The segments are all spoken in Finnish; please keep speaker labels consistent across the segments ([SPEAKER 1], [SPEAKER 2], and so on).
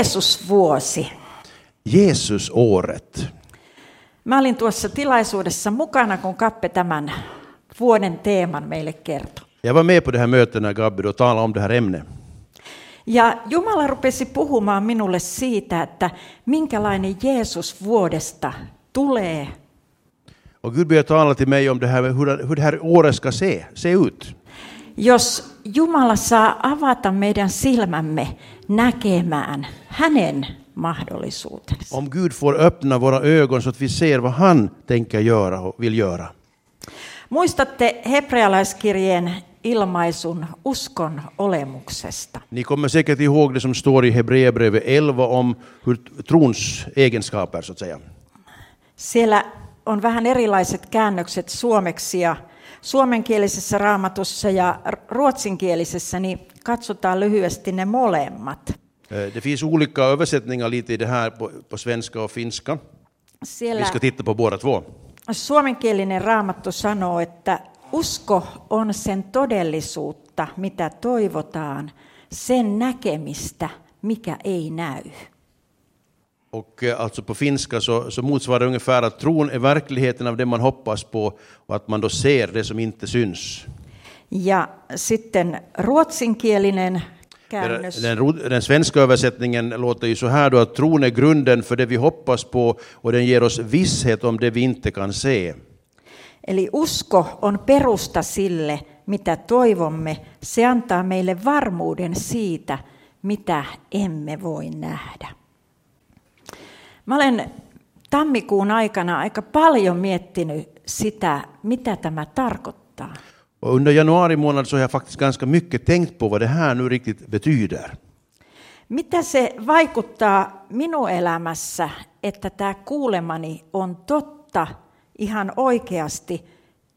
[SPEAKER 1] Jeesusvuosi.
[SPEAKER 2] Jeesusåret.
[SPEAKER 1] Mä olin tuossa tilaisuudessa mukana, kun Kappe tämän vuoden teeman meille kertoi.
[SPEAKER 2] Jag var med på det här mötet när Gabby då talade om det här ämnet.
[SPEAKER 1] Ja Jumala rupesi puhumaan minulle siitä, että minkälainen Jeesus vuodesta tulee.
[SPEAKER 2] Och Gud började tala till mig om det här, med hur, det- hur det här året ska se, se ut.
[SPEAKER 1] Jos Jumala saa avata meidän silmämme näkemään hänen mahdollisuutensa.
[SPEAKER 2] Om Gud får öppna våra ögon så att vi ser vad han tänker göra och vill göra.
[SPEAKER 1] Muistatte hebrealaiskirjeen ilmaisun uskon olemuksesta.
[SPEAKER 2] Ni kommer säkert ihåg det som står i Hebreerbrevet 11 om hur trons egenskaper, så att säga.
[SPEAKER 1] Siellä on vähän erilaiset käännökset suomeksi ja suomenkielisessä raamatussa ja r- ruotsinkielisessä, niin katsotaan lyhyesti ne molemmat.
[SPEAKER 2] Eh, Det finns olika översättningar lite i det här på, på svenska och finska. Vi
[SPEAKER 1] Siellä
[SPEAKER 2] ska titta på båda två.
[SPEAKER 1] suomenkielinen raamattu sanoo, että usko on sen todellisuutta, mitä toivotaan, sen näkemistä, mikä ei näy.
[SPEAKER 2] Och eh, alltså på finska så, så motsvarar det ungefär att tron är verkligheten av det man hoppas på och att man då ser det som inte syns.
[SPEAKER 1] Ja sitten ruotsinkielinen
[SPEAKER 2] Den,
[SPEAKER 1] käännös.
[SPEAKER 2] den, ro- den svenska översättningen låter ju så här då att tron är grunden för det vi hoppas på och den ger oss visshet om det vi inte kan se.
[SPEAKER 1] Eli usko on perusta sille, mitä toivomme. Se antaa meille varmuuden siitä, mitä emme voi nähdä. Mä olen tammikuun aikana aika paljon miettinyt sitä, mitä tämä tarkoittaa.
[SPEAKER 2] Och under januari månad så har jag faktiskt ganska mycket tänkt på vad det här nu riktigt betyder.
[SPEAKER 1] Mitä se vaikuttaa minun elämässä, että tämä kuulemani on totta ihan oikeasti,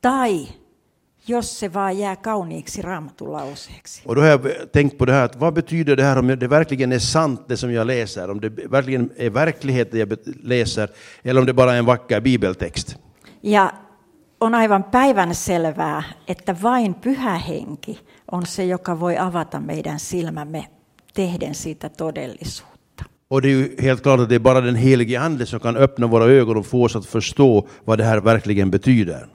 [SPEAKER 1] tai jos se vaan jää kauniiksi raamatulauseeksi?
[SPEAKER 2] Och då har jag tänkt på det här, att vad betyder det här om det verkligen är sant det som jag läser? Om det verkligen är verkligheten jag bet- läser eller om det bara är en vacker bibeltext?
[SPEAKER 1] Ja on aivan päivänselvää, että vain pyhä henki on se, joka voi avata meidän silmämme tehden siitä todellisuutta.
[SPEAKER 2] Och det är ju helt klart att det är bara den helige Ande som kan öppna våra ögon och få oss att förstå vad det här verkligen betyder.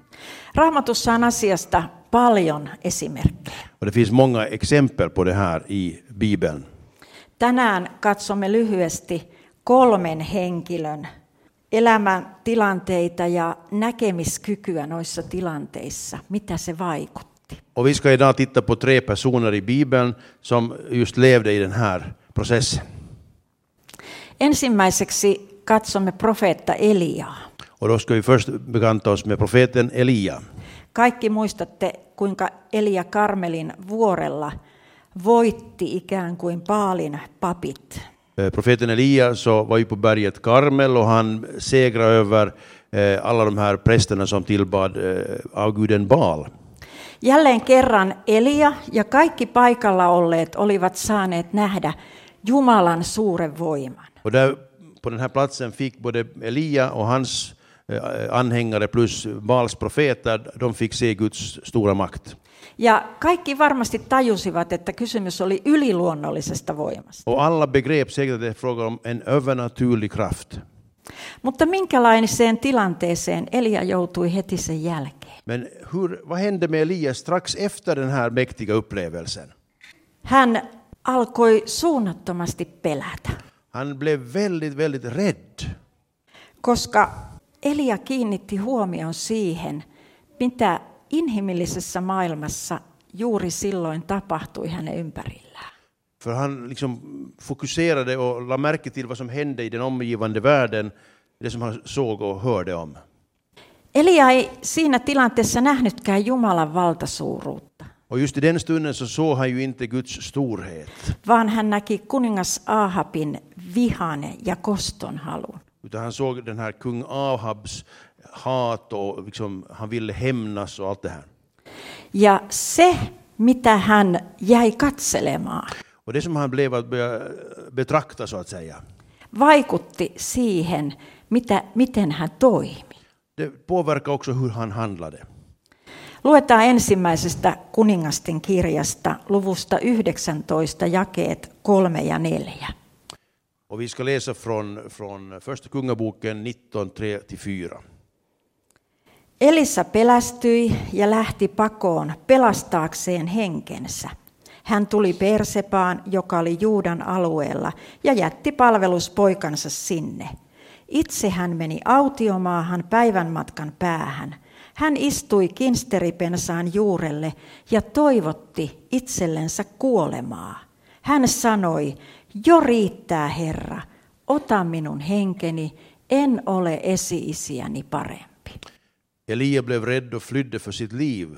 [SPEAKER 1] Raamatussa on asiasta paljon esimerkkejä.
[SPEAKER 2] Och det finns många exempel på det här i Bibeln.
[SPEAKER 1] Tänään katsomme lyhyesti kolmen henkilön elämäntilanteita ja näkemiskykyä noissa tilanteissa, mitä se vaikutti.
[SPEAKER 2] Och vi ska idag titta på tre personer i Bibeln som just levde i den här processen.
[SPEAKER 1] Ensimmäiseksi katsomme profeetta Eliaa.
[SPEAKER 2] Och då ska vi först bekanta oss med profeten Elia.
[SPEAKER 1] Kaikki muistatte, kuinka Elia Karmelin vuorella voitti ikään kuin Paalin papit.
[SPEAKER 2] Eh, Profeten Elia så var ju på berget Karmel och han segrade över eh, alla de här prästerna som tillbad eh, avguden Baal.
[SPEAKER 1] Jälleen kerran Elia ja kaikki paikalla olleet olivat saaneet nähdä Jumalan suuren voiman.
[SPEAKER 2] Och där, på den här platsen fick både Elia och hans eh, anhängare plus Baals profeter, de fick se Guds stora makt.
[SPEAKER 1] Ja kaikki varmasti tajusivat, että kysymys oli yliluonnollisesta voimasta.
[SPEAKER 2] Och alla begrep säkert att det är fråga om en övernaturlig kraft.
[SPEAKER 1] Mutta minkälaiseen tilanteeseen Elia joutui heti sen jälkeen?
[SPEAKER 2] Men hur, vad hände med Elia strax efter den här mäktiga upplevelsen?
[SPEAKER 1] Hän alkoi suunnattomasti pelätä.
[SPEAKER 2] Han blev väldigt, väldigt rädd.
[SPEAKER 1] koska Elia kiinnitti huomion siihen, mitä inhimillisessä maailmassa juuri silloin tapahtui hänen ympärillään.
[SPEAKER 2] För han liksom fokuserade och lade märke till vad som hände i den omgivande världen, det som han såg och hörde om.
[SPEAKER 1] Elia ei siinä tilanteessa nähnytkään Jumalan valtasuuruutta,
[SPEAKER 2] Och just i den stunden så såg han ju inte Guds storhet,
[SPEAKER 1] vaan hän näki kuningas Ahabin vihan ja koston halun.
[SPEAKER 2] utan han såg den här kung Ahabs hat och liksom, han ville hämnas och allt det här.
[SPEAKER 1] Ja se, mitä hän jäi katselemaan,
[SPEAKER 2] Och det som han blev att börja eh, betrakta, så att säga,
[SPEAKER 1] vaikutti siihen, mitä, miten hän toimi.
[SPEAKER 2] det påverkade också hur han handlade.
[SPEAKER 1] Luetaan ensimmäisestä kuningasten kirjasta luvusta 19 jakeet 3 ja 4.
[SPEAKER 2] Och vi ska läsa från, från Första Kungaboken 19, 3-4.
[SPEAKER 1] Elisa pelästyi ja lähti pakoon pelastaakseen henkensä. Hän tuli Persepaan, joka oli Juudan alueella, ja jätti palveluspoikansa sinne. Itse hän meni autiomaahan päivän matkan päähän. Hän istui kinsteripensaan juurelle ja toivotti itsellensä kuolemaa. Hän sanoi, jo riittää Herra, ota minun henkeni, en ole esiisiäni parempi.
[SPEAKER 2] Elia blev rädd och flydde för sitt liv.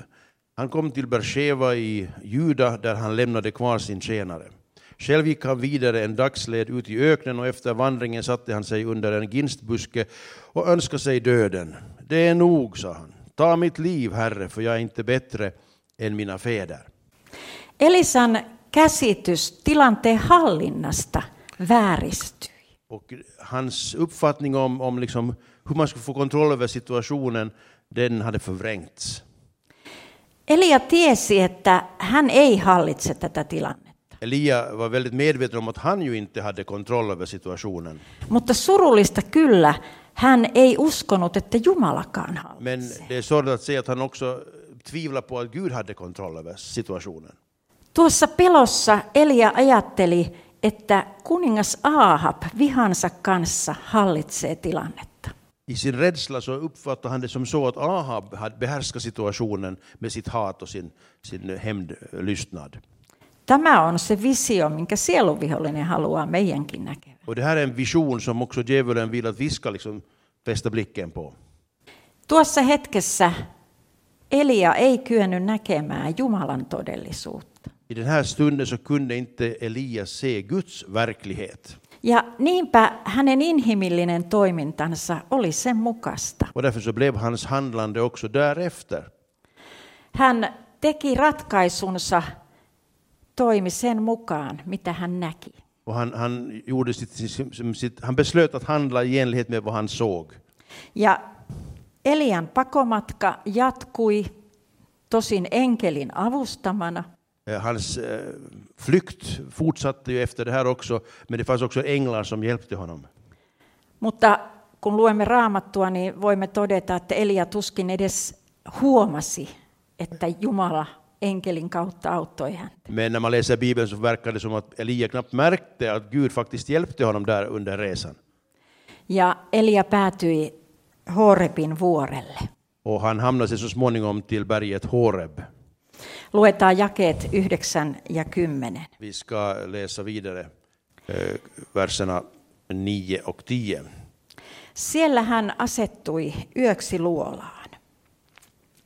[SPEAKER 2] Han kom till Bersheva i Juda där han lämnade kvar sin tjänare. Själv gick han vidare en dagsled ut i öknen och efter vandringen satte han sig under en ginstbuske och önskade sig döden. Det är nog, sa han. Ta mitt liv, Herre, för jag är inte bättre än mina fäder.
[SPEAKER 1] Elisan käsitys tilanteen hallinnasta vääristyi.
[SPEAKER 2] Och hans uppfattning om, om liksom hur man skulle få kontroll över situationen, den hade förvrängts.
[SPEAKER 1] Elia tiesi, että hän ei hallitse tätä tilannetta.
[SPEAKER 2] Elia var väldigt medveten om att han ju inte hade kontroll över situationen.
[SPEAKER 1] Mutta surullista kyllä, hän ei uskonut, että Jumalakaan
[SPEAKER 2] Men
[SPEAKER 1] hallitsee.
[SPEAKER 2] det är sorgligt att se att han också tvivlar på att Gud hade kontroll över situationen.
[SPEAKER 1] Tuossa pelossa Elia ajatteli, että kuningas Aahab vihansa kanssa hallitsee tilannetta.
[SPEAKER 2] I sin rädsla så uppfattar han det som så att Ahab hade behärskat situationen med sitt hat och sin, sin hämndlystnad.
[SPEAKER 1] Tämä on se visio, minkä sielunvihollinen haluaa meidänkin näkevän.
[SPEAKER 2] Och det här är en vision som också djävulen vill att vi ska liksom fästa blicken på.
[SPEAKER 1] Tuossa hetkessä Elia ei kyennyt näkemään Jumalan todellisuutta.
[SPEAKER 2] I den här stunden så kunde inte Elias se Guds verklighet.
[SPEAKER 1] Ja niinpä hänen inhimillinen toimintansa oli sen mukasta.
[SPEAKER 2] Och därför så blev hans handlande också därefter.
[SPEAKER 1] Hän teki ratkaisunsa, toimi sen mukaan, mitä hän näki.
[SPEAKER 2] Och han, han, gjorde sitt, sitt, sitt, han beslöt att handla i enlighet med vad han såg.
[SPEAKER 1] Ja Elian pakomatka jatkui, tosin enkelin avustamana.
[SPEAKER 2] Eh, Hans eh, flykt fortsatte ju efter det här också, men det fanns också änglar som hjälpte honom.
[SPEAKER 1] Mutta kun luemme raamattua, niin voimme todeta, että Elia tuskin edes huomasi, että Jumala enkelin kautta auttoi häntä.
[SPEAKER 2] Men när man läser Bibeln så verkar det som att Elia knappt märkte att Gud faktiskt hjälpte honom där under resan.
[SPEAKER 1] Ja Elia päätyi Horebin vuorelle.
[SPEAKER 2] Och han hamnade sig så småningom till berget Horeb.
[SPEAKER 1] Luetaan jakeet 9 ja 10.
[SPEAKER 2] Vi ska läsa vidare eh, verserna 9 och 10.
[SPEAKER 1] Siellä hän asettui yöksi luolaan.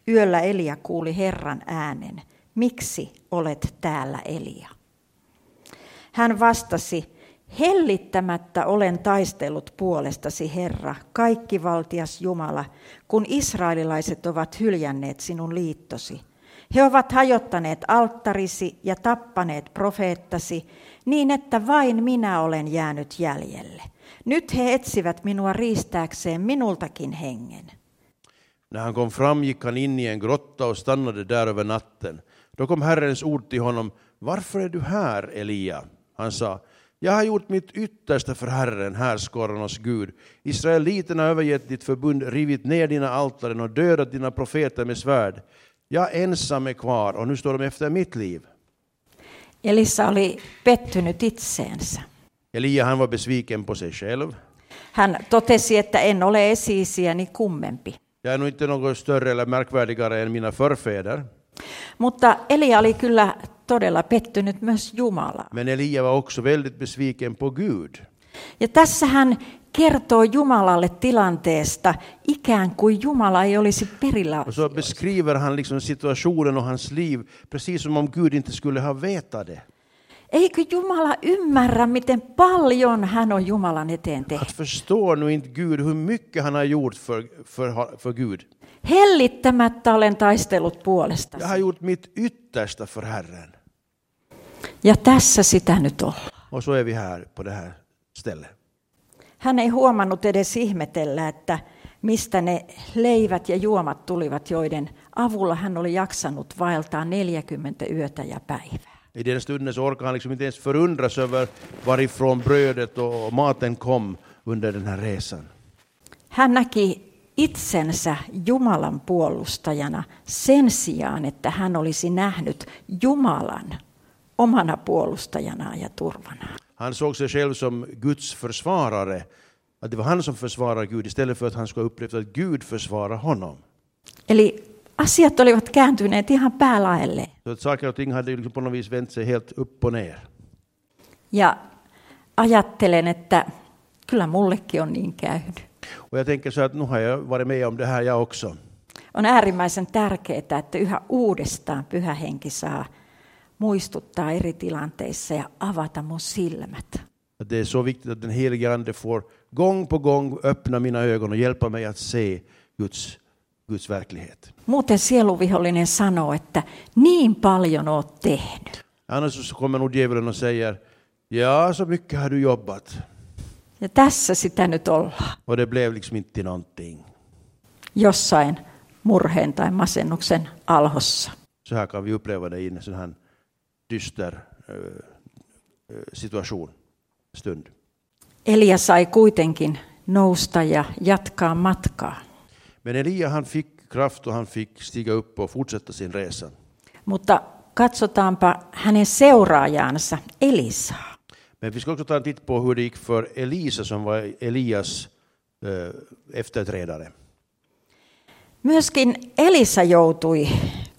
[SPEAKER 1] Yöllä Elia kuuli Herran äänen, miksi olet täällä Elia? Hän vastasi, hellittämättä olen taistellut puolestasi Herra, kaikkivaltias Jumala, kun israelilaiset ovat hyljänneet sinun liittosi. He ovat hajottaneet alttarisi ja tappaneet profeettasi, niin että vain minä olen jäänyt jäljelle. Nyt he etsivät minua riistääkseen minultakin hengen.
[SPEAKER 2] När han kom fram gick han in i en grotta och stannade där över natten. Då kom Herrens ord till honom. Varför är du här, Elia? Han sa. Jag har gjort mitt yttersta för Herren, härskararnas Gud. Israeliterna har övergett ditt förbund, rivit ner dina altaren och dödat dina profeter med svärd. Jag ensam är kvar och nu står de efter mitt liv.
[SPEAKER 1] Elisa oli pettynyt itseensä.
[SPEAKER 2] Elia han var besviken på sig själv.
[SPEAKER 1] Hän totesi, että en ole esiisiäni kummempi.
[SPEAKER 2] Jag är nog inte något större eller märkvärdigare än mina förfäder.
[SPEAKER 1] Mutta Elia oli kyllä todella pettynyt myös Jumalaan.
[SPEAKER 2] Men Elia var också väldigt besviken på Gud.
[SPEAKER 1] Ja tässä hän kertoo Jumalalle tilanteesta ikään kuin Jumala ei olisi perillä.
[SPEAKER 2] Och så beskriver han liksom situationen och hans liv precis som om Gud inte skulle ha vetat det.
[SPEAKER 1] Eikö Jumala ymmärrä, miten paljon hän on Jumalan eteen tehnyt?
[SPEAKER 2] Att förstår nu inte Gud hur mycket han har gjort för, för, för Gud.
[SPEAKER 1] Hellittämättä olen taistellut puolesta.
[SPEAKER 2] Jag har gjort mitt yttersta för Herren.
[SPEAKER 1] Ja tässä sitä nyt ollaan.
[SPEAKER 2] Och så är vi här på det här stället.
[SPEAKER 1] Hän ei huomannut edes ihmetellä, että mistä ne leivät ja juomat tulivat, joiden avulla hän oli jaksanut vaeltaa 40 yötä ja päivää.
[SPEAKER 2] I den stunden så orkar han liksom inte ens förundras över varifrån brödet och maten kom under den här resan.
[SPEAKER 1] Hän näki itsensä Jumalan puolustajana sen sijaan, että hän olisi nähnyt Jumalan omana puolustajanaan ja turvanaan.
[SPEAKER 2] Han såg sig själv som Guds försvarare, att det var han som försvarar Gud istället för att han skulle ha upplevt att Gud försvarar honom.
[SPEAKER 1] Eli asiat olivat kääntyneet ihan päälaelleen.
[SPEAKER 2] Så att saker och ting hade ju liksom på något vis vänt sig helt upp och ner.
[SPEAKER 1] Ja ajattelen, että kyllä mullekin on niin käynyt.
[SPEAKER 2] Och jag tänker så att nu har jag varit med om det här jag också.
[SPEAKER 1] On äärimmäisen tärkeää, että yhä uudestaan Pyhä Henki saa muistuttaa eri tilanteissa ja avata mun silmät.
[SPEAKER 2] Att det är så viktigt att den helige Ande får gång på gång öppna mina ögon och hjälpa mig att se Guds, Guds verklighet.
[SPEAKER 1] Muuten sieluvihollinen sanoo, että niin paljon oot tehnyt.
[SPEAKER 2] Annars så kommer nog djävulen och säger Ja, så mycket har du jobbat.
[SPEAKER 1] Ja tässä sitä nyt ollaan.
[SPEAKER 2] Och det blev liksom inte till någonting.
[SPEAKER 1] Jossain murheen tai masennuksen alhossa.
[SPEAKER 2] Så här kan vi uppleva det i en sån här dyster eh, eh, situation, stund.
[SPEAKER 1] Elia sai kuitenkin nousta ja jatkaa matkaa.
[SPEAKER 2] Men Elia han fick kraft och han fick stiga upp och fortsätta sin resa.
[SPEAKER 1] Mutta katsotaanpa hänen seuraajaansa Elisaa.
[SPEAKER 2] Men vi ska också ta en titt på hur det gick för Elisa som var Elias eh, efterträdare.
[SPEAKER 1] Myöskin Elisa joutui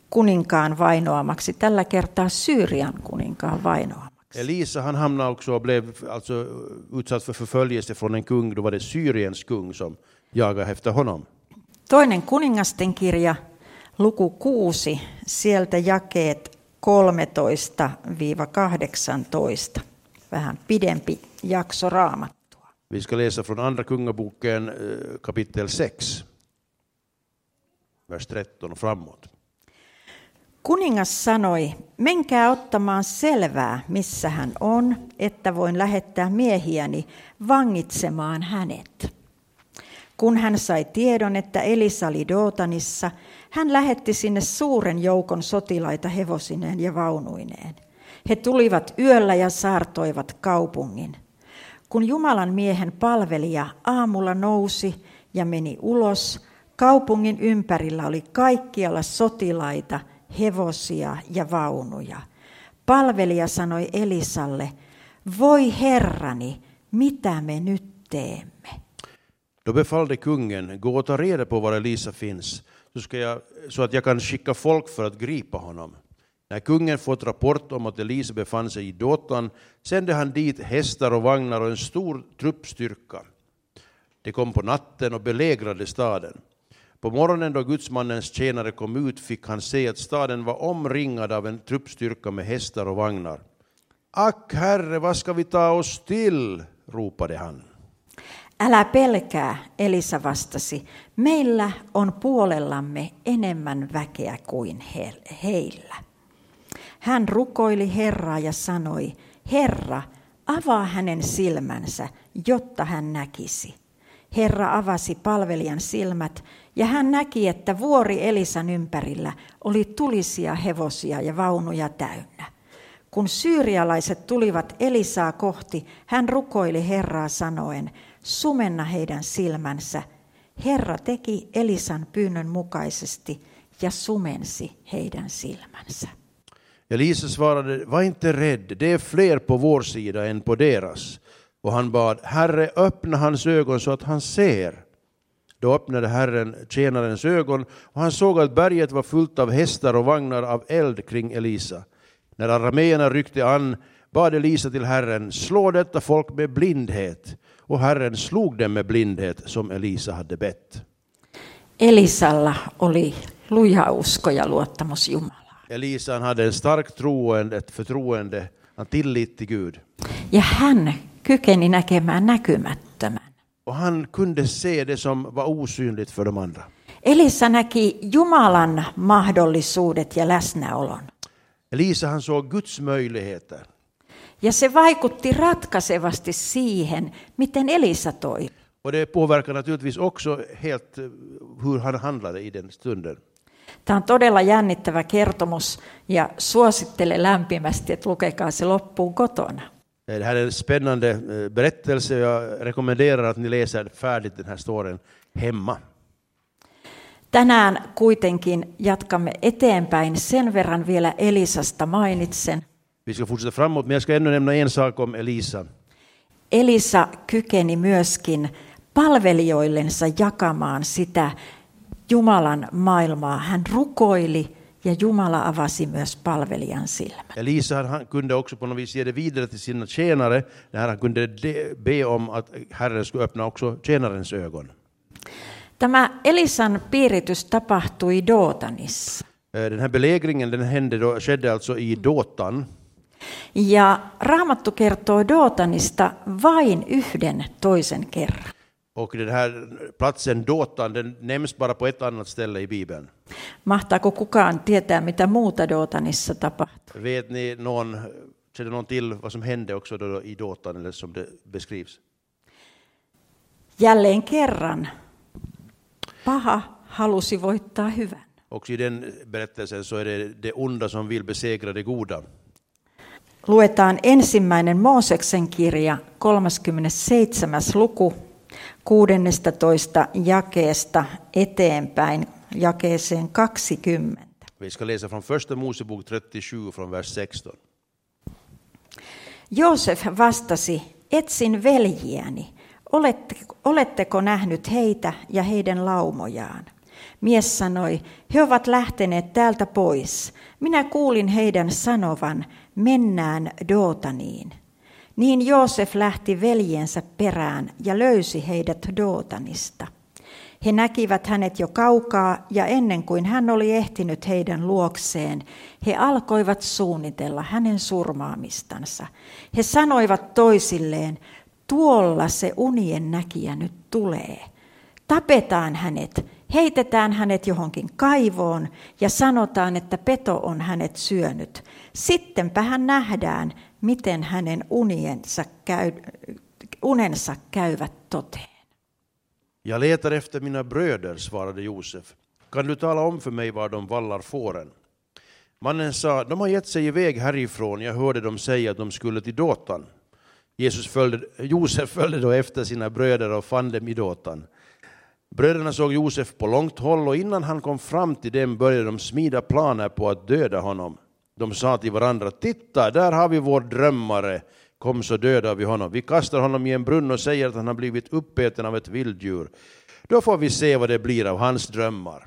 [SPEAKER 1] kuninkaan vainoamaksi, tällä kertaa Syyrian kuninkaan vainoamaksi.
[SPEAKER 2] Elisa han hamnade också och blev alltså utsatt för förföljelse från en kung, då var det Syriens kung som jagade efter honom.
[SPEAKER 1] Toinen kuningasten kirja, luku 6, sieltä jakeet 13-18. Vähän pidempi jakso raamattua.
[SPEAKER 2] Vi ska läsa från Andra Kungaboken eh, kapitel 6, vers 13 och framåt.
[SPEAKER 1] Kuningas sanoi, menkää ottamaan selvää, missä hän on, että voin lähettää miehiäni vangitsemaan hänet. Kun hän sai tiedon, että Elisa oli Dootanissa, hän lähetti sinne suuren joukon sotilaita hevosineen ja vaunuineen. He tulivat yöllä ja saartoivat kaupungin. Kun Jumalan miehen palvelija aamulla nousi ja meni ulos, kaupungin ympärillä oli kaikkialla sotilaita, hevosia ja vaunuja. Palvelija sanoi Elisalle, voi herrani, mitä me nyt teemme?
[SPEAKER 2] Då befallde kungen, gå och ta reda på var Elisa finns, så, ska jag, så att jag kan skicka folk för att gripa honom. När kungen fått rapport om att Elisa befann sig i Dotan sände han dit hästar och vagnar och en stor truppstyrka. De kom på natten och belägrade staden. På morgonen då gudsmannens tjänare kom ut fick han se att staden var omringad av en truppstyrka med hästar och vagnar. Ack herre, vad ska vi ta oss till? ropade han.
[SPEAKER 1] Älä pelkää, Elisa vastasi, meillä on puolellamme enemmän väkeä kuin he- heillä. Hän rukoili Herraa ja sanoi, Herra, avaa hänen silmänsä, jotta hän näkisi. Herra avasi palvelijan silmät ja hän näki, että vuori Elisan ympärillä oli tulisia hevosia ja vaunuja täynnä. Kun syyrialaiset tulivat Elisaa kohti, hän rukoili Herraa sanoen, sumenna heidän silmänsä. Herra teki Elisan pyynnön mukaisesti ja sumensi heidän silmänsä.
[SPEAKER 2] Elisa svarade, var inte rädd, det är fler på vår sida än på deras. Och han bad, Herre, öppna hans ögon så att han ser. Då öppnade Herren tjänarens ögon och han såg att berget var fullt av hästar och vagnar av eld kring Elisa. När arameerna ryckte an bad Elisa till Herren, slå detta folk med blindhet. Och Herren slog dem med blindhet som Elisa hade bett.
[SPEAKER 1] Elisalla oli luja usko ja luottamus Jumalaan.
[SPEAKER 2] Elisa han hade en stark tro och en- ett förtroende, en tillit till Gud.
[SPEAKER 1] Ja hän kykeni näkemään näkymättömän.
[SPEAKER 2] Och han kunde se det som var osynligt för de andra.
[SPEAKER 1] Elisa näki Jumalan mahdollisuudet ja läsnäolon.
[SPEAKER 2] Elisa han såg Guds möjligheter.
[SPEAKER 1] Ja se vaikutti ratkaisevasti siihen, miten Elisa toi.
[SPEAKER 2] Och det påverkar naturligtvis också helt eh, hur han handlade i den stunden.
[SPEAKER 1] Tämä on todella jännittävä kertomus ja suosittelen lämpimästi, että lukekaa se loppuun kotona.
[SPEAKER 2] Det här är en spännande eh, berättelse. Jag rekommenderar att ni läser färdigt den här storyn hemma.
[SPEAKER 1] Tänään kuitenkin jatkamme eteenpäin. Sen verran vielä Elisasta mainitsen.
[SPEAKER 2] Vi ska fortsätta framåt, men jag ska ännu nämna en sak om Elisa.
[SPEAKER 1] Elisa kykeni myöskin palvelijoillensa jakamaan sitä Jumalan maailmaa. Hän rukoili ja Jumala avasi myös palvelijan silmät.
[SPEAKER 2] Elisa han- han kunde också på något vis ge det vidare till sina tjänare, när han kunde de- be om att Herren skulle öppna också tjänarens ögon.
[SPEAKER 1] Tämä Elisan piiritys tapahtui Dootanissa.
[SPEAKER 2] Eh, Den här belägringen den hände då, skedde alltså i Dåtan.
[SPEAKER 1] Ja Raamattu kertoo Dootanista vain yhden toisen kerran.
[SPEAKER 2] Och den här platsen Dåtan den nämns bara på ett annat ställe i Bibeln.
[SPEAKER 1] Mahtaako kukaan tietää, mitä muuta Dootanissa tapahtui?
[SPEAKER 2] Vet ni någon, känner någon till vad som hände också då i Dåtan, eller som det beskrivs?
[SPEAKER 1] Jälleen kerran paha halusi voittaa hyvän.
[SPEAKER 2] Och i den berättelsen så är det det onda som vill besegra det goda.
[SPEAKER 1] Luetaan ensimmäinen Mooseksen kirja, 37. luku, 16. jakeesta eteenpäin, jakeeseen 20.
[SPEAKER 2] Vi ska läsa från första Mosebok 37 från vers 16.
[SPEAKER 1] Joosef vastasi, etsin veljiäni, oletteko, oletteko nähnyt heitä ja heidän laumojaan? Mies sanoi, he ovat lähteneet täältä pois. Minä kuulin heidän sanovan, mennään Dootaniin. Niin Joosef lähti veljensä perään ja löysi heidät Dootanista. He näkivät hänet jo kaukaa ja ennen kuin hän oli ehtinyt heidän luokseen, he alkoivat suunnitella hänen surmaamistansa. He sanoivat toisilleen, tuolla se unien näkijä nyt tulee. Tapetaan hänet, heitetään hänet johonkin kaivoon ja sanotaan, että peto on hänet syönyt. Sittenpä hän nähdään, miten hänen uniensa käy, unensa käyvät toteen.
[SPEAKER 2] Jag letar efter mina bröder, svarade Josef. Kan du tala om för mig var de vallar fåren? Mannen sa, de har gett sig iväg härifrån, jag hörde dem säga att de skulle till Dåtan. Jesus följde, Josef följde då efter sina bröder och fann dem i Dåtan. Bröderna såg Josef på långt håll och innan han kom fram till dem började de smida planer på att döda honom. De sa till varandra, titta, där har vi vår drömmare, kom så dödar vi honom. Vi kastar honom i en brunn och säger att han har blivit uppäten av ett vilddjur. Då får vi se vad det blir av hans drömmar.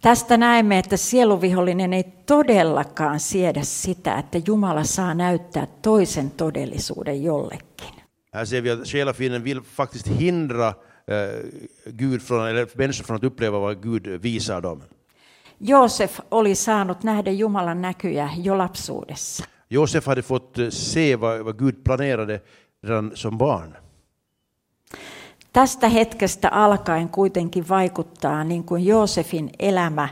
[SPEAKER 1] Tästä näemme, että sieluvihollinen ei todellakaan siedä sitä, että Jumala saa näyttää toisen todellisuuden jollekin.
[SPEAKER 2] Här ser vi att själafienden vill faktiskt hindra eh, Gud från, eller människor från att uppleva vad Gud visar dem.
[SPEAKER 1] Joosef oli saanut nähdä Jumalan näkyjä jo lapsuudessa.
[SPEAKER 2] Josef hade fått eh, se vad, vad Gud planerade redan som barn.
[SPEAKER 1] Tästä hetkestä alkaen kuitenkin vaikuttaa niin kuin Joosefin elämä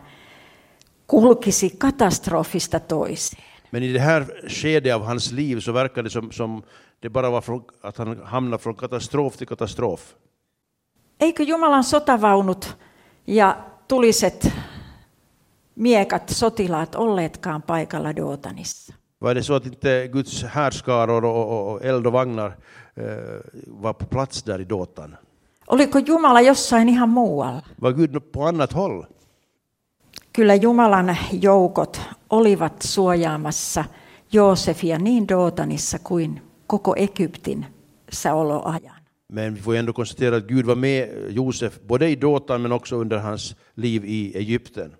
[SPEAKER 1] kulkisi katastrofista toiseen.
[SPEAKER 2] Men i det här skedet av hans liv så verkar det som, som det bara var från, att han hamnade från katastrof till katastrof.
[SPEAKER 1] Eikö Jumalan sotavaunut ja tuliset miekat sotilaat olleetkaan paikalla Dootanissa?
[SPEAKER 2] Var det så att inte Guds härskaror och, och, och eld och vagnar eh, var på plats där i Dåtan?
[SPEAKER 1] Oliko Jumala jossain ihan muualla?
[SPEAKER 2] Var Gud på annat håll?
[SPEAKER 1] Kyllä Jumalan joukot olivat suojaamassa Joosefia niin Dootanissa kuin koko Egyptin oloajan.
[SPEAKER 2] Men vi får ju ändå konstatera att Gud var med Josef både i Dåtan men också under hans liv i Egypten.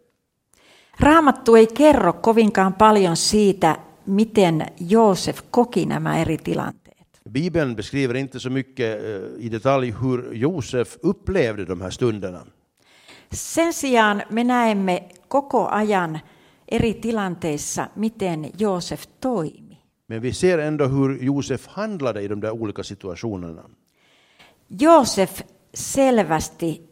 [SPEAKER 1] Raamattu ei kerro kovinkaan paljon siitä, miten Joosef koki nämä eri tilanteet.
[SPEAKER 2] Bibeln beskriver inte så mycket eh, i detalj hur Josef upplevde de här stunderna.
[SPEAKER 1] Sen sijaan me näemme koko ajan eri tilanteissa, miten Joosef toimi.
[SPEAKER 2] Men vi ser ändå hur Josef handlade i de där olika situationerna.
[SPEAKER 1] Joosef selvästi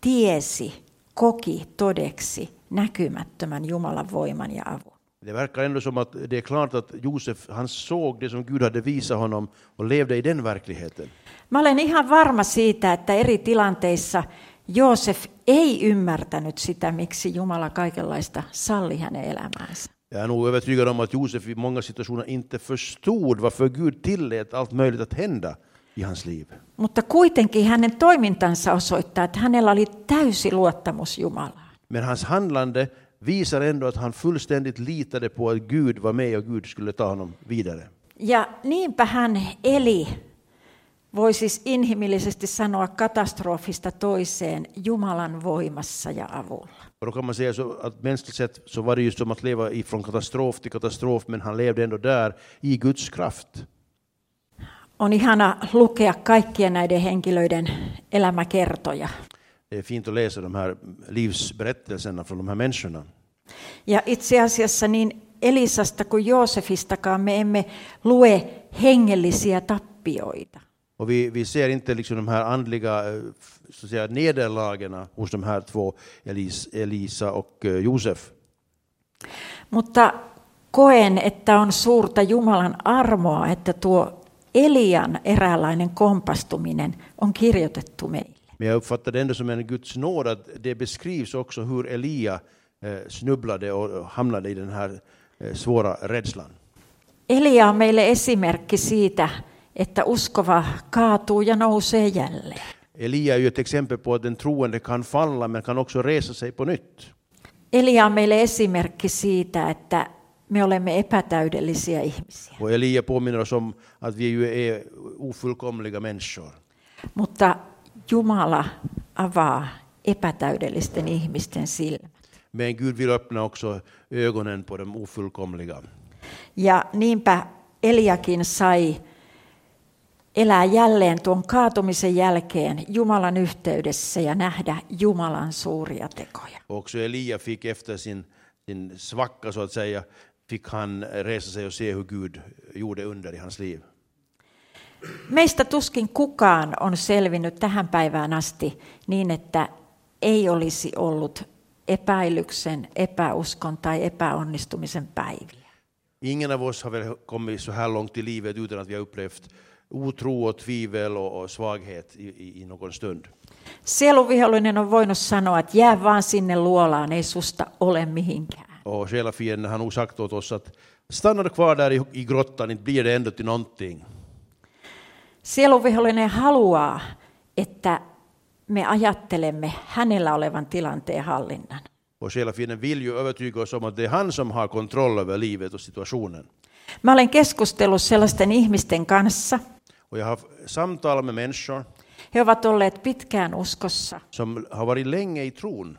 [SPEAKER 1] tiesi, koki todeksi näkymättömän Jumalan voiman ja avun.
[SPEAKER 2] Det verkar ändå som att det är klart att Josef han såg det som Gud hade visat honom och levde i den verkligheten.
[SPEAKER 1] Mä olen ihan varma siitä, että eri tilanteissa Joosef ei ymmärtänyt sitä, miksi Jumala kaikenlaista salli hänen elämäänsä.
[SPEAKER 2] Jag är nog övertygad om att Josef i många situationer inte förstod varför Gud tillät allt möjligt att hända i hans liv.
[SPEAKER 1] Mutta kuitenkin hänen toimintansa osoittaa, että hänellä oli täysi luottamus Jumalaan.
[SPEAKER 2] Men hans handlande visar ändå att han fullständigt litade på att Gud var med och Gud skulle ta honom vidare.
[SPEAKER 1] Ja niinpä hän eli, voi siis inhimillisesti sanoa katastrofista toiseen Jumalan voimassa ja avulla.
[SPEAKER 2] Och då kan man säga så att mänskligt sett så var det ju som att leva i- från katastrof till katastrof, men han levde ändå där i Guds kraft.
[SPEAKER 1] On ihana lukea kaikkien näiden henkilöiden elämäkertoja.
[SPEAKER 2] Det är fint att läsa de här livsberättelserna från de här människorna.
[SPEAKER 1] Ja itse asiassa niin Elisasta kuin Joosefistakaan me emme lue hengellisiä tappioita.
[SPEAKER 2] Och vi, vi ser inte liksom de här andliga eh, f- så att säga, nederlagen hos de här två, Elis, Elisa och eh, Josef.
[SPEAKER 1] Mutta koen, että on suurta Jumalan armoa, että tuo Elian eräänlainen kompastuminen on kirjoitettu meille.
[SPEAKER 2] Men jag uppfattar det ändå som en Guds nåd att det beskrivs också hur Elia eh, snubblade och och hamnade i den här eh, svåra rädslan.
[SPEAKER 1] Elia on meille esimerkki siitä, että uskova kaatuu ja nousee jälleen.
[SPEAKER 2] Elia är ju ett exempel på att den troende kan falla men kan också resa sig på nytt.
[SPEAKER 1] Elia on meille esimerkki siitä, että me olemme epätäydellisiä ihmisiä.
[SPEAKER 2] Och Elia påminner oss om att vi ju är ofullkomliga människor.
[SPEAKER 1] Mutta Jumala avaa epätäydellisten ihmisten silmät.
[SPEAKER 2] Men Gud vill öppna också ögonen på de ofullkomliga.
[SPEAKER 1] Ja niinpä Eliakin sai elää jälleen tuon kaatumisen jälkeen Jumalan yhteydessä ja nähdä Jumalan suuria tekoja.
[SPEAKER 2] Och också Elia fick efter sin, sin svacka så att säga, fick han resa sig och se hur Gud gjorde under i hans liv.
[SPEAKER 1] Meistä tuskin kukaan on selvinnyt tähän päivään asti niin, että ei olisi ollut epäilyksen, epäuskon tai epäonnistumisen päiviä.
[SPEAKER 2] Ingen av oss har väl kommit så här långt i livet utan att vi har upplevt otro och tvivel och, och svaghet i, i, i någon stund.
[SPEAKER 1] Sielun vihollinen on voinut sanoa, että jää vaan sinne luolaan, ei susta ole mihinkään.
[SPEAKER 2] Och själafienden har nog sagt åt oss att stanna kvar där i, i grottan, inte blir det ändå till någonting.
[SPEAKER 1] Sieluvihollinen haluaa, että me ajattelemme hänellä olevan tilanteen hallinnan.
[SPEAKER 2] Och själafienden vill ju övertyga oss om att det är han som har kontroll över livet och situationen.
[SPEAKER 1] Mä olen keskustellut sellaisten ihmisten kanssa,
[SPEAKER 2] Och jag har haft samtal med människor
[SPEAKER 1] he ovat olleet pitkään uskossa,
[SPEAKER 2] som har varit länge i tron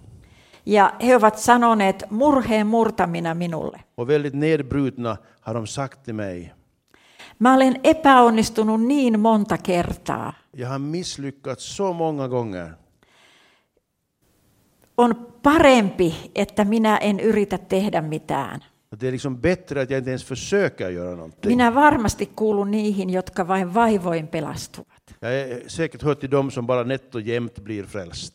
[SPEAKER 1] ja he ovat sanoneet murheen murtamina minulle.
[SPEAKER 2] och väldigt nedbrutna har de sagt till mig,
[SPEAKER 1] Mä olen epäonnistunut niin monta kertaa.
[SPEAKER 2] jag har misslyckats så många gånger.
[SPEAKER 1] On parempi, että minä en yritä tehdä mitään.
[SPEAKER 2] Att det är liksom bättre att jag inte ens försöker göra någonting.
[SPEAKER 1] Minä varmasti kuulun niihin, jotka vain vaivoin pelastuvat.
[SPEAKER 2] Jag är säkert hört till dem som bara nätt och jämt blir frälst.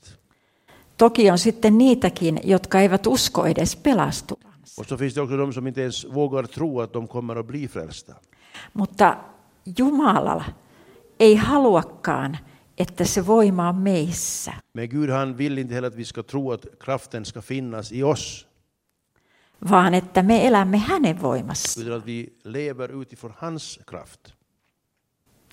[SPEAKER 1] Toki on sitten niitäkin, jotka eivät usko edes pelastuvansa.
[SPEAKER 2] Och så finns det också de som inte ens vågar tro att de kommer att bli frälsta.
[SPEAKER 1] Mutta Jumala ei haluakaan, että se voima on meissä,
[SPEAKER 2] Men Gud han vill inte heller att vi ska tro att kraften ska finnas i oss,
[SPEAKER 1] vaan että me elämme hänen voimassa.
[SPEAKER 2] utan att vi lever utifrån hans kraft.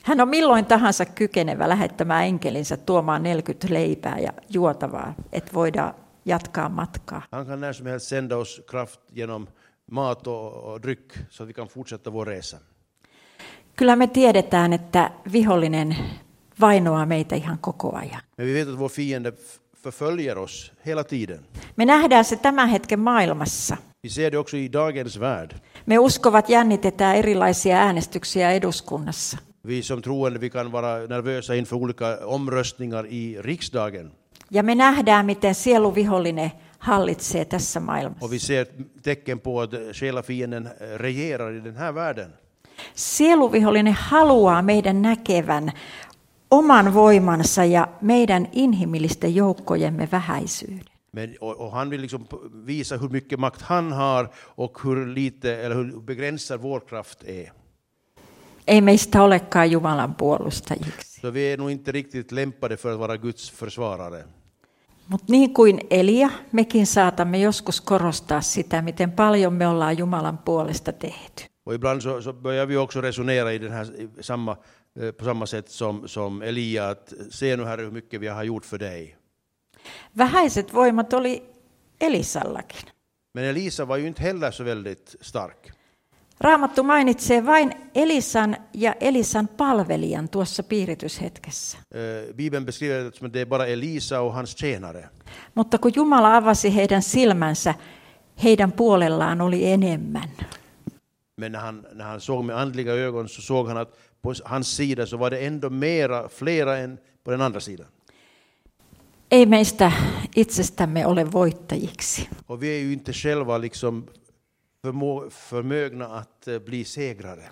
[SPEAKER 1] Hän on milloin tahansa kykenevä lähettämään enkelinsä tuomaan 40 leipää ja juotavaa, että voidaan jatkaa matkaa.
[SPEAKER 2] Han kan när som helst sända oss kraft genom mat och, och dryck så att vi kan fortsätta vår resa.
[SPEAKER 1] Kyllä me tiedetään, että vihollinen vainoaa meitä ihan koko ajan.
[SPEAKER 2] Men vi vet att vår fiende f- förföljer oss hela tiden.
[SPEAKER 1] Me nähdään se tämän hetken maailmassa.
[SPEAKER 2] Vi ser det också i dagens värld.
[SPEAKER 1] Me uskovat jännitetään erilaisia äänestyksiä eduskunnassa.
[SPEAKER 2] Vi som troende vi kan vara nervösa inför olika omröstningar i riksdagen.
[SPEAKER 1] Ja me nähdään, miten sieluvihollinen hallitsee tässä maailmassa.
[SPEAKER 2] Och vi ser tecken på att själafienden regerar i den här världen.
[SPEAKER 1] Sieluvihollinen haluaa meidän näkevän oman voimansa ja meidän inhimillisten joukkojemme vähäisyyden.
[SPEAKER 2] Men, och, och han vill liksom p- visa hur mycket makt han har och hur lite eller hur begränsad vår kraft är.
[SPEAKER 1] Ei meistä olekaan Jumalan puolustajiksi.
[SPEAKER 2] Så vi är nog inte riktigt lämpade för att vara Guds försvarare.
[SPEAKER 1] Mutta niin kuin Elia, mekin saatamme joskus korostaa sitä, miten paljon me ollaan Jumalan puolesta tehty.
[SPEAKER 2] Och ibland så, så börjar vi också resonera i den här, i samma, eh, på samma sätt som, som Elia, att se nu Herre hur mycket vi har gjort för dig.
[SPEAKER 1] Vähäiset voimat oli Elisallakin.
[SPEAKER 2] Men Elisa var ju inte heller så väldigt stark.
[SPEAKER 1] Raamattu mainitsee vain Elisan ja Elisan palvelijan tuossa piirityshetkessä.
[SPEAKER 2] Eh, Bibeln beskriver det som att det är bara Elisa och hans tjänare.
[SPEAKER 1] Mutta kun Jumala avasi heidän silmänsä, heidän puolellaan oli enemmän.
[SPEAKER 2] Men när han, när han såg med andliga ögon så såg han att på hans sida så var det ändå mera, flera än på den andra sidan.
[SPEAKER 1] Ei meistä itsestämme ole voittajiksi.
[SPEAKER 2] Och vi är ju inte själva liksom förmå, förmögna att eh, bli segrare.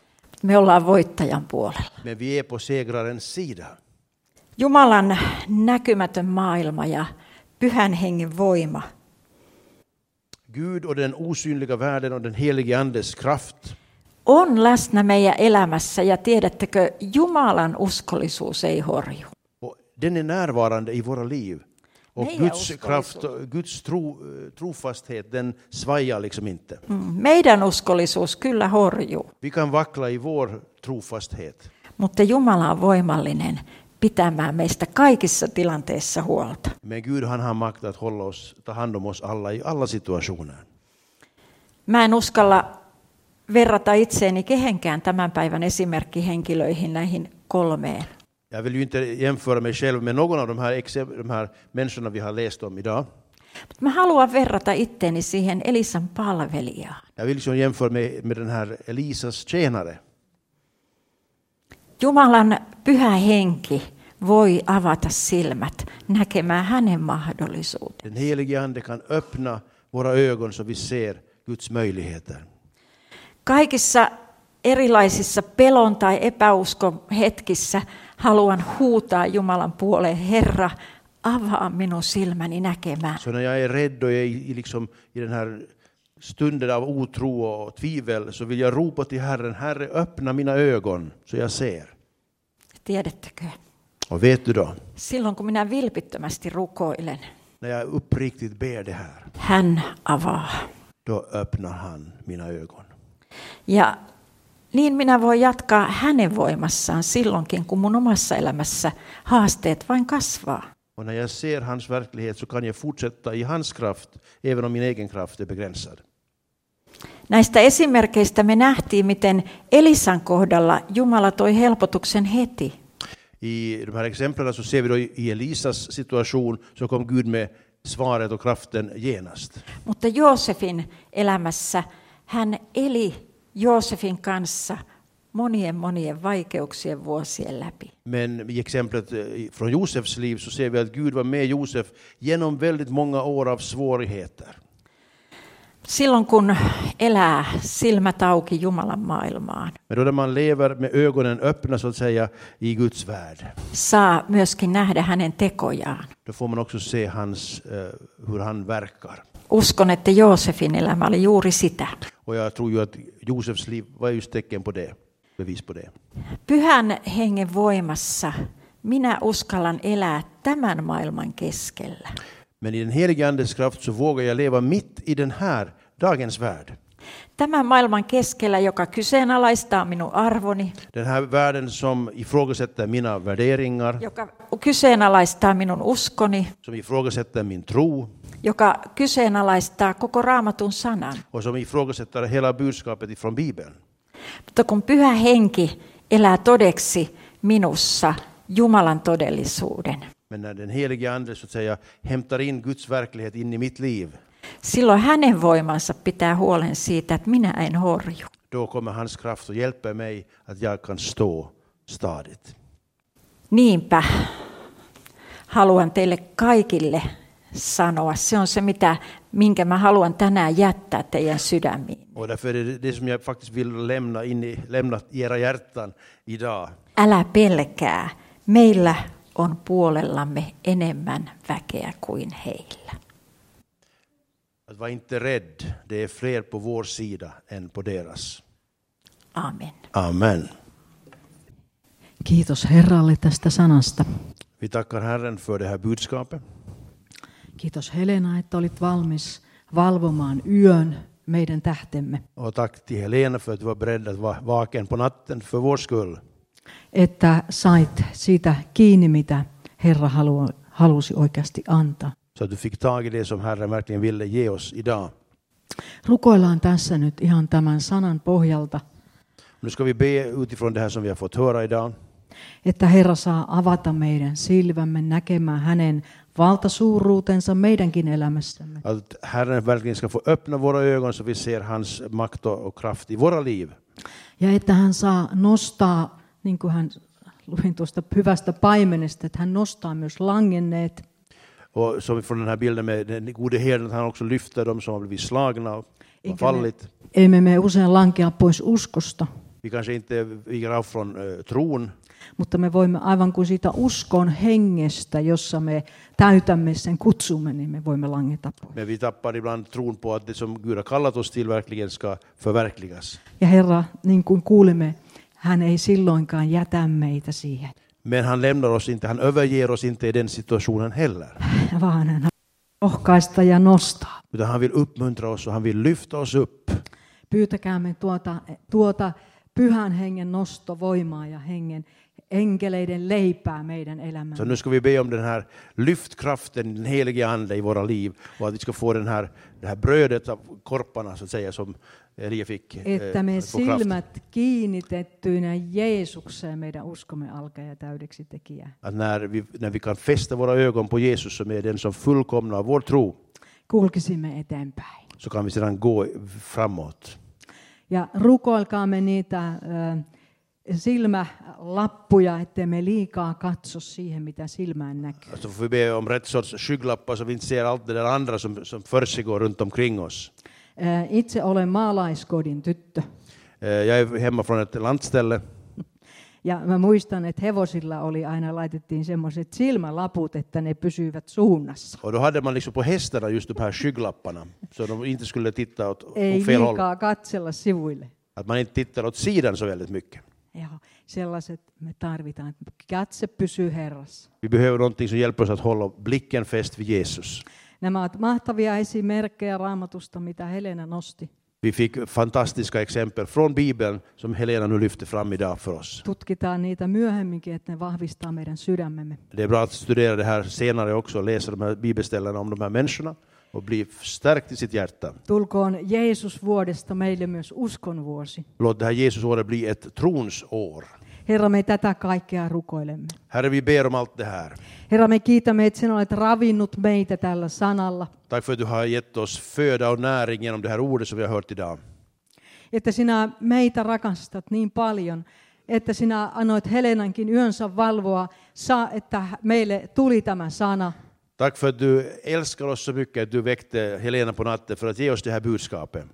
[SPEAKER 1] Me ollaan voittajan puolella.
[SPEAKER 2] Men vi är på segrarens sida.
[SPEAKER 1] Jumalan näkymätön maailma ja pyhän hengen voima
[SPEAKER 2] Gud och den osynliga världen och den helige andes kraft
[SPEAKER 1] on läsnä meidän elämässä ja tiedättekö, Jumalan uskollisuus ei horju.
[SPEAKER 2] Och den är närvarande i våra liv. Och
[SPEAKER 1] Nej, jag
[SPEAKER 2] Guds
[SPEAKER 1] utgår
[SPEAKER 2] kraft, och Guds tro, eh, trofasthet, den svajar liksom inte.
[SPEAKER 1] Mm, Meidän uskollisuus kyllä horjuu,
[SPEAKER 2] Vi kan vackla i vår trofasthet,
[SPEAKER 1] mutta Jumala on voimallinen pitämään meistä kaikissa tilanteissa huolta.
[SPEAKER 2] men Gud han har makt att hålla oss, ta hand om oss alla i alla situationer.
[SPEAKER 1] Mä en uskalla verrata itseeni kehenkään tämän päivän esimerkkihenkilöihin näihin kolmeen.
[SPEAKER 2] Jag vill ju inte jämföra mig själv med någon av de här, exe- de här människorna vi har läst om idag.
[SPEAKER 1] Mutta mä haluan verrata itteeni siihen Elisan palvelijaan.
[SPEAKER 2] Jag vill liksom jämföra mig med den här Elisas tjänare.
[SPEAKER 1] Jumalan pyhä henki voi avata silmät näkemään hänen mahdollisuuden.
[SPEAKER 2] Den helige Ande kan öppna våra ögon så vi ser Guds möjligheter.
[SPEAKER 1] Kaikissa erilaisissa pelon tai epäuskon hetkissä haluan huutaa Jumalan puoleen, Herra, avaa minun silmäni näkemään.
[SPEAKER 2] Så när jag är rädd och jag är i, i liksom, i den här stunden av otro och tvivel så vill jag ropa till Herren, Herre öppna mina ögon så jag ser.
[SPEAKER 1] Tiedättekö?
[SPEAKER 2] Och vet du då,
[SPEAKER 1] Silloin kun minä vilpittömästi rukoilen,
[SPEAKER 2] när jag uppriktigt ber det här,
[SPEAKER 1] hän avaa.
[SPEAKER 2] då öppnar han mina ögon.
[SPEAKER 1] Ja niin minä voin jatkaa hänen voimassaan silloinkin, kun mun omassa elämässä haasteet vain kasvaa.
[SPEAKER 2] Och när jag ser hans verklighet så kan jag fortsätta i hans kraft, även om min egen kraft är begränsad.
[SPEAKER 1] Näistä esimerkkeistä me nähtiin, miten Elisan kohdalla Jumala toi helpotuksen heti.
[SPEAKER 2] I de här exemplen så ser vi då i Elisas situation så kom Gud med svaret och kraften genast.
[SPEAKER 1] Mutta Joosefin elämässä hän eli Joosefin kanssa monien monien vaikeuksien vuosien läpi.
[SPEAKER 2] Men i exemplet eh, från Josefs liv så ser vi att Gud var med Josef genom väldigt många år av svårigheter.
[SPEAKER 1] Silloin kun elää silmät auki Jumalan maailmaan,
[SPEAKER 2] Men då när man lever med ögonen öppna så att säga i Guds värld,
[SPEAKER 1] saa myöskin nähdä hänen tekojaan.
[SPEAKER 2] då får man också se hans, eh, hur han verkar.
[SPEAKER 1] Uskon, että Joosefin elämä oli juuri sitä.
[SPEAKER 2] Och jag tror ju att Josefs liv var just tecken på det, bevis på det.
[SPEAKER 1] Pyhän hengen voimassa minä uskallan elää tämän maailman keskellä.
[SPEAKER 2] Men i den helige Andes kraft så vågar jag leva mitt i den här dagens värld.
[SPEAKER 1] Tämän maailman keskellä, joka kyseenalaistaa minun arvoni,
[SPEAKER 2] Den här världen som ifrågasätter mina värderingar,
[SPEAKER 1] joka kyseenalaistaa minun uskoni,
[SPEAKER 2] som ifrågasätter min tro,
[SPEAKER 1] joka kyseenalaistaa koko raamatun sanan.
[SPEAKER 2] och som ifrågasätter hela budskapet ifrån Bibeln.
[SPEAKER 1] Mutta kun pyhä henki elää todeksi minussa Jumalan todellisuuden,
[SPEAKER 2] Men när den helige Ande så att säga hämtar in Guds verklighet in i mitt liv,
[SPEAKER 1] silloin hänen voimansa pitää huolen siitä, että minä en horju.
[SPEAKER 2] då kommer hans kraft och hjälper mig att jag kan stå stadigt.
[SPEAKER 1] Niinpä haluan teille kaikille sanoa. Se on se, mitä, minkä mä haluan tänään jättää teidän sydämiin.
[SPEAKER 2] Och därför är det det som jag faktiskt vill lämna in i, lämna i era hjärtan idag.
[SPEAKER 1] Älä pelkää, meillä on puolellamme enemmän väkeä kuin heillä.
[SPEAKER 2] Att vara inte rädd, det är fler på vår sida än på deras.
[SPEAKER 1] Amen.
[SPEAKER 2] Amen.
[SPEAKER 3] Kiitos Herralle tästä sanasta.
[SPEAKER 2] Vi tackar Herren för det här budskapet.
[SPEAKER 3] Kiitos Helena, että olit valmis valvomaan yön meidän tähtemme,
[SPEAKER 2] Och tack till Helena för att du var beredd att vara vaken på natten för vår skull.
[SPEAKER 3] että sait siitä kiinni, mitä Herra haluo- halusi oikeasti antaa.
[SPEAKER 2] Så att du fick tag i det som Herren verkligen ville ge oss idag.
[SPEAKER 3] Rukoillaan tässä nyt ihan tämän sanan pohjalta,
[SPEAKER 2] Nu ska vi be utifrån det här som vi har fått höra idag.
[SPEAKER 3] että Herra saa avata meidän silmämme näkemään hänen valtasuuruutensa meidänkin elämässämme.
[SPEAKER 2] Att Herren verkligen ska få öppna våra ögon så vi ser hans makt och och kraft i våra liv.
[SPEAKER 3] Ja että hän saa nostaa, niin kuin hän luin tuosta hyvästä paimenesta, että hän nostaa myös langenneet.
[SPEAKER 2] Och som från den här bilden med den gode herden, att han också lyfter dem som har blivit slagna och har
[SPEAKER 3] Inte
[SPEAKER 2] fallit.
[SPEAKER 3] Emme me usein lankea pois uskosta,
[SPEAKER 2] Vi kanske inte viker av från eh, tron,
[SPEAKER 3] mutta me voimme aivan kuin siitä uskon hengestä, jossa me täytämme sen kutsumme, niin me voimme langeta pois.
[SPEAKER 2] men vi tappar ibland tron på att det som Gud har kallat oss till verkligen ska förverkligas.
[SPEAKER 3] Ja Herra, niin kuin kuulimme, hän ei silloinkaan jätä meitä siihen,
[SPEAKER 2] Men han lämnar oss inte, han överger oss inte i den situationen heller.
[SPEAKER 3] vaan hän ohkaista ja nostaa.
[SPEAKER 2] Utan han vill uppmuntra oss och han vill lyfta oss upp.
[SPEAKER 3] Pyytäkäämme tuota, tuota pyhän hengen nostovoimaa ja hengen enkeleiden leipää meidän
[SPEAKER 2] Så
[SPEAKER 3] elämään.
[SPEAKER 2] nu ska vi be om den här lyftkraften, den helige Ande i våra liv och att vi ska få den här, det här brödet av korparna så att säga som Elia fick. eh,
[SPEAKER 3] Että me
[SPEAKER 2] att få kraft.
[SPEAKER 3] silmät kiinnitettyinä Jeesukseen meidän uskomme alkaa ja täydeksi tekijää.
[SPEAKER 2] Att när vi, när vi kan fästa våra ögon på Jesus som är den som fullkomnar vår tro
[SPEAKER 3] Kulkisimme eteenpäin.
[SPEAKER 2] så kan vi sedan gå framåt.
[SPEAKER 3] Ja rukoilkaamme niitä ö, silmälappuja, ettei me liikaa katso siihen, mitä silmään näkyy.
[SPEAKER 2] Så Alltså, får vi be om rätt sorts skygglappar så vi inte ser allt det där andra som, som försiggår runt omkring oss.
[SPEAKER 3] Ö, Eh, Itse olen maalaiskodin tyttö.
[SPEAKER 2] Eh, Jag är hemma från ett landställe
[SPEAKER 3] Ja mä muistan, että hevosilla oli aina laitettiin semmoiset silmälaput, että ne pysyivät suunnassa.
[SPEAKER 2] och då hade man liksom på hästarna just de här skygglapparna så de inte skulle titta åt, åt
[SPEAKER 3] Ei
[SPEAKER 2] fel håll.
[SPEAKER 3] liikaa katsella sivuille.
[SPEAKER 2] Att man inte tittar åt sidan så väldigt mycket.
[SPEAKER 3] Joo, sellaiset me tarvitaan. Katse pysyy Herrassa.
[SPEAKER 2] Vi behöver någonting som hjälper oss att hålla blicken fäst vid Jesus.
[SPEAKER 3] Nämä ovat mahtavia esimerkkejä raamatusta, mitä Helena nosti.
[SPEAKER 2] Vi fick fantastiska exempel från Bibeln som Helena nu lyfter fram idag för oss.
[SPEAKER 3] Tutkitaan niitä myöhemminkin, että ne vahvistaa meidän sydämemme.
[SPEAKER 2] Det är bra att studera det här senare också, läsa de här bibelställena om de här människorna och bli stärkt i sitt hjärta.
[SPEAKER 3] Tulkoon Jeesus vuodesta meille myös uskon vuosi.
[SPEAKER 2] Låt det här Jesusåret bli ett trons år.
[SPEAKER 3] Herra, me tätä kaikkea rukoilemme.
[SPEAKER 2] Herre, vi ber om allt det här.
[SPEAKER 3] Herra, me kiitämme, että sinä olet ravinnut meitä tällä sanalla.
[SPEAKER 2] Tack för att du har gett oss föda och näring genom det här ordet som vi har hört idag.
[SPEAKER 3] Että sinä meitä rakastat niin paljon, että sinä annoit Helenankin yönsä valvoa, saa, että meille tuli tämä sana.
[SPEAKER 2] Tack för att du älskar oss så mycket att du väckte Helena på natten för att ge oss det här budskapet.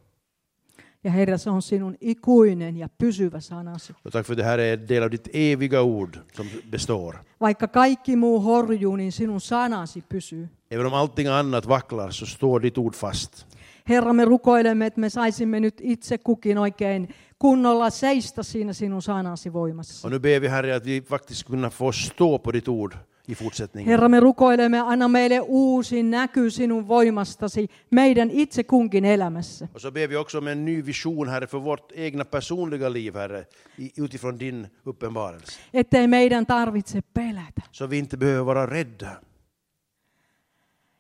[SPEAKER 3] Ja Herra, se on sinun ikuinen ja pysyvä sanasi.
[SPEAKER 2] Och tack för att det här är en del av ditt eviga ord som består.
[SPEAKER 3] Vaikka kaikki muu horjuu, niin sinun sanasi pysyy.
[SPEAKER 2] Även om allting annat vacklar så står ditt ord fast.
[SPEAKER 3] Herra, me rukoilemme, että me saisimme nyt itse kukin oikein kunnolla seistä siinä sinun sanasi voimassa.
[SPEAKER 2] Och nu ber vi Herre att vi faktiskt kunna få stå på ditt ord i fortsättningen.
[SPEAKER 3] Herra, me rukoilemme, anna meille uusi näky sinun voimastasi meidän itse kunkin elämässä.
[SPEAKER 2] Och så ber vi också om en ny vision Herre för vårt egna personliga liv Herre i- utifrån din uppenbarelse.
[SPEAKER 3] Ettei meidän tarvitse pelätä.
[SPEAKER 2] Så vi inte behöver vara rädda.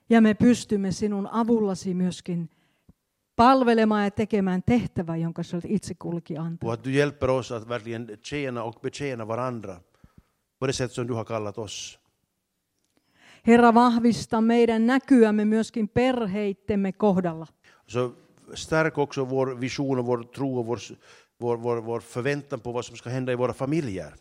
[SPEAKER 3] Ja me pystymme sinun avullasi myöskin palvelemaan ja tekemään tehtävää, jonka sinä olet itse kulki antanut.
[SPEAKER 2] Och att du hjälper oss att verkligen tjäna och betjäna varandra på det sätt som du har kallat oss.
[SPEAKER 3] Herra, vahvista meidän näkyämme myöskin perheittemme kohdalla.
[SPEAKER 2] Så stärk också vår vision och vår tro och vår, vår, vår, vår förväntan på vad som ska hända i våra familjer.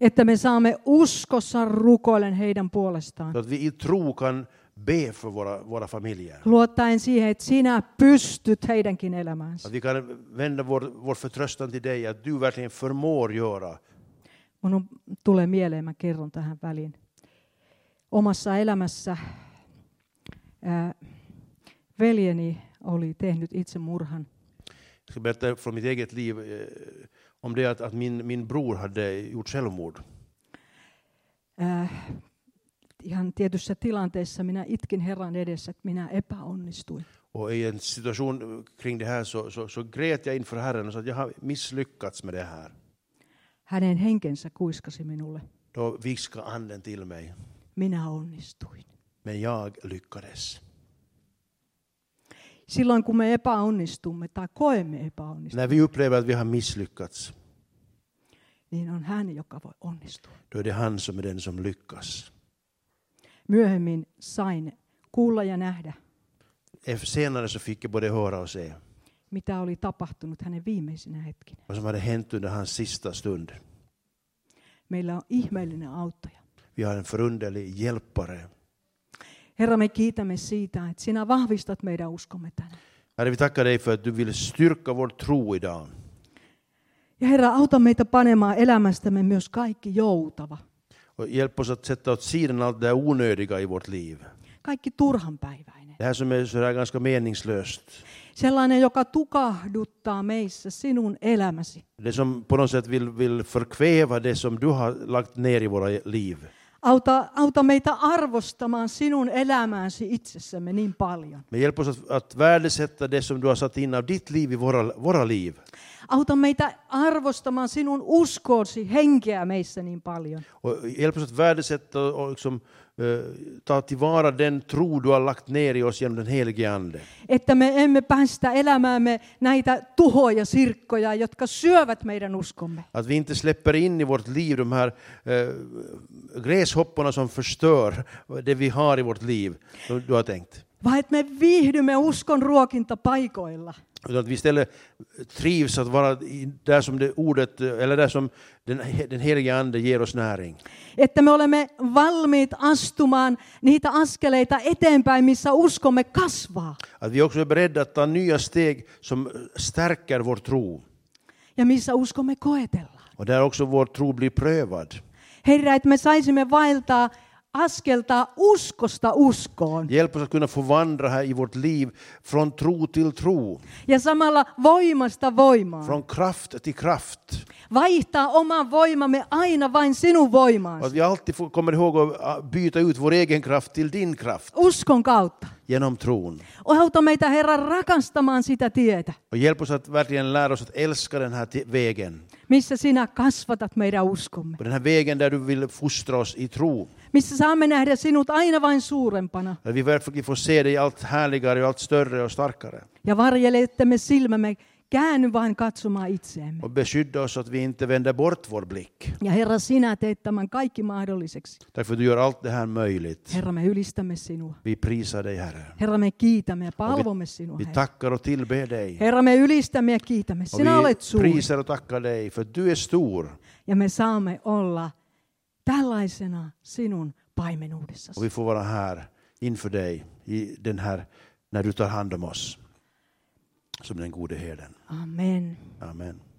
[SPEAKER 3] Että me saamme uskossa rukoilen heidän puolestaan.
[SPEAKER 2] Så att vi i tro kan be för våra, våra familjer.
[SPEAKER 3] Luottaen siihen, että sinä pystyt heidänkin
[SPEAKER 2] Att
[SPEAKER 3] elämäänsä.
[SPEAKER 2] vi kan vända vår, vår förtröstan till dig, att du verkligen förmår göra.
[SPEAKER 3] Mun on- tulee mieleen, mä kerron tähän väliin. Omassa elämässä ää, veljeni oli tehnyt itsemurhan.
[SPEAKER 2] Jag ska berätta från mitt eget liv eh, om det att, att min, min bror hade gjort självmord.
[SPEAKER 3] Ää, ihan tietyssä tilanteessa minä itkin Herran edessä, että minä epäonnistuin.
[SPEAKER 2] Och i en situation kring det här så, så, så grät jag inför Herren och sa att jag har misslyckats med det här.
[SPEAKER 3] Hänen henkensä kuiskasi minulle.
[SPEAKER 2] Då viskade anden till mig,
[SPEAKER 3] Minä onnistuin.
[SPEAKER 2] men jag lyckades.
[SPEAKER 3] Silloin kun me epäonnistumme tai koemme epäonnistumme,
[SPEAKER 2] När vi upplever att vi har misslyckats,
[SPEAKER 3] niin on hän, joka voi onnistua.
[SPEAKER 2] då är det han som är den som lyckas.
[SPEAKER 3] Myöhemmin sain kuulla ja nähdä,
[SPEAKER 2] Ef- Senare så fick jag både höra och se
[SPEAKER 3] mitä oli tapahtunut hänen viimeisinä hetkinä.
[SPEAKER 2] vad som hade hänt under hans sista stund.
[SPEAKER 3] Meillä on ihmeellinen auttaja.
[SPEAKER 2] Vi har en förunderlig hjälpare.
[SPEAKER 3] Herra, me kiitämme siitä, että sinä vahvistat meidän uskomme tänään.
[SPEAKER 2] Herre, vi tackar dig för att du vill styrka vår tro idag.
[SPEAKER 3] Ja Herra, auta meitä panemaan elämästämme myös kaikki joutava,
[SPEAKER 2] Och hjälp oss att sätta åt sidan allt det här onödiga i vårt liv.
[SPEAKER 3] kaikki turhanpäiväinen.
[SPEAKER 2] Det här som är sådär ganska meningslöst.
[SPEAKER 3] Sellainen, joka tukahduttaa meissä sinun elämäsi.
[SPEAKER 2] Det som på något sätt vill, vill förkväva det som du har lagt ner i våra liv.
[SPEAKER 3] Auta, auta meitä arvostamaan sinun elämääsi itsessämme niin paljon.
[SPEAKER 2] Men hjälp oss att, att värdesätta det som du har satt in av ditt liv i våra, våra liv.
[SPEAKER 3] Auta meitä arvostamaan sinun uskoosi henkeä meissä niin paljon.
[SPEAKER 2] Och hjälp oss att värdesätta och liksom, eh, ta tillvara den tro du har lagt ner i oss genom den helige Ande.
[SPEAKER 3] Että me emme päästä elämäämme näitä tuhoja sirkkoja, jotka syövät meidän uskomme.
[SPEAKER 2] Att vi inte släpper in i vårt liv de här eh, gräshopporna som förstör det vi har i vårt liv, som du har tänkt.
[SPEAKER 3] Vaan että me viihdymme uskon ruokintapaikoilla.
[SPEAKER 2] Utan att vi istället trivs att vara i- där som det ordet, eh, eller där som den, den helige Ande ger oss näring.
[SPEAKER 3] Että me olemme valmiit astumaan niitä askeleita eteenpäin, missä uskomme kasvaa.
[SPEAKER 2] Att vi också är beredda att ta nya steg som stärker vår tro.
[SPEAKER 3] Ja missä uskomme koetellaan.
[SPEAKER 2] Och där också vår tro blir prövad.
[SPEAKER 3] Herra, että me saisimme vaeltaa askeltaa uskosta uskoon.
[SPEAKER 2] Hjälp oss att kunna få vandra här i vårt liv från tro till tro,
[SPEAKER 3] Ja samalla voimasta voimaan.
[SPEAKER 2] från kraft till kraft.
[SPEAKER 3] Vaihtaa oman voimamme aina vain sinun
[SPEAKER 2] Och att
[SPEAKER 3] voimaasi.
[SPEAKER 2] vi alltid får, kommer ihåg att ah, byta ut vår egen kraft till din kraft
[SPEAKER 3] Uskon kautta.
[SPEAKER 2] genom tron.
[SPEAKER 3] Auta meitä Herra rakastamaan sitä tietä,
[SPEAKER 2] Och hjälp oss att verkligen lära oss att älska den här te- vägen.
[SPEAKER 3] missä sinä kasvatat meidän uskomme.
[SPEAKER 2] På den här vägen där du vill fostra oss i tro.
[SPEAKER 3] Missä saamme nähdä sinut aina vain suurempana.
[SPEAKER 2] Att vi verkligen får se dig allt härligare och allt större och starkare.
[SPEAKER 3] Ja varjele, että me silmämme käänny vain katsomaan itseämme.
[SPEAKER 2] Och beskydda oss så att vi inte vänder bort vår blick.
[SPEAKER 3] Ja Herra, sinä teet tämän kaikki mahdolliseksi.
[SPEAKER 2] Tack för att du gör allt det här möjligt.
[SPEAKER 3] Herra, me ylistämme sinua.
[SPEAKER 2] Vi prisar dig Herre.
[SPEAKER 3] Herra, me kiitämme ja
[SPEAKER 2] Och
[SPEAKER 3] palvomme sinua.
[SPEAKER 2] vi
[SPEAKER 3] Herra.
[SPEAKER 2] tackar och tillber dig.
[SPEAKER 3] Herra, me ylistämme ja kiitämme.
[SPEAKER 2] Och
[SPEAKER 3] Sinä olet
[SPEAKER 2] vi
[SPEAKER 3] suuri.
[SPEAKER 2] prisar och tackar dig för att du är stor.
[SPEAKER 3] Ja me saamme olla tällaisena sinun paimenuudessasi.
[SPEAKER 2] Och vi får vara här inför dig i den här, när du tar hand om oss. Som den gode herden.
[SPEAKER 3] Amen.
[SPEAKER 2] Amen.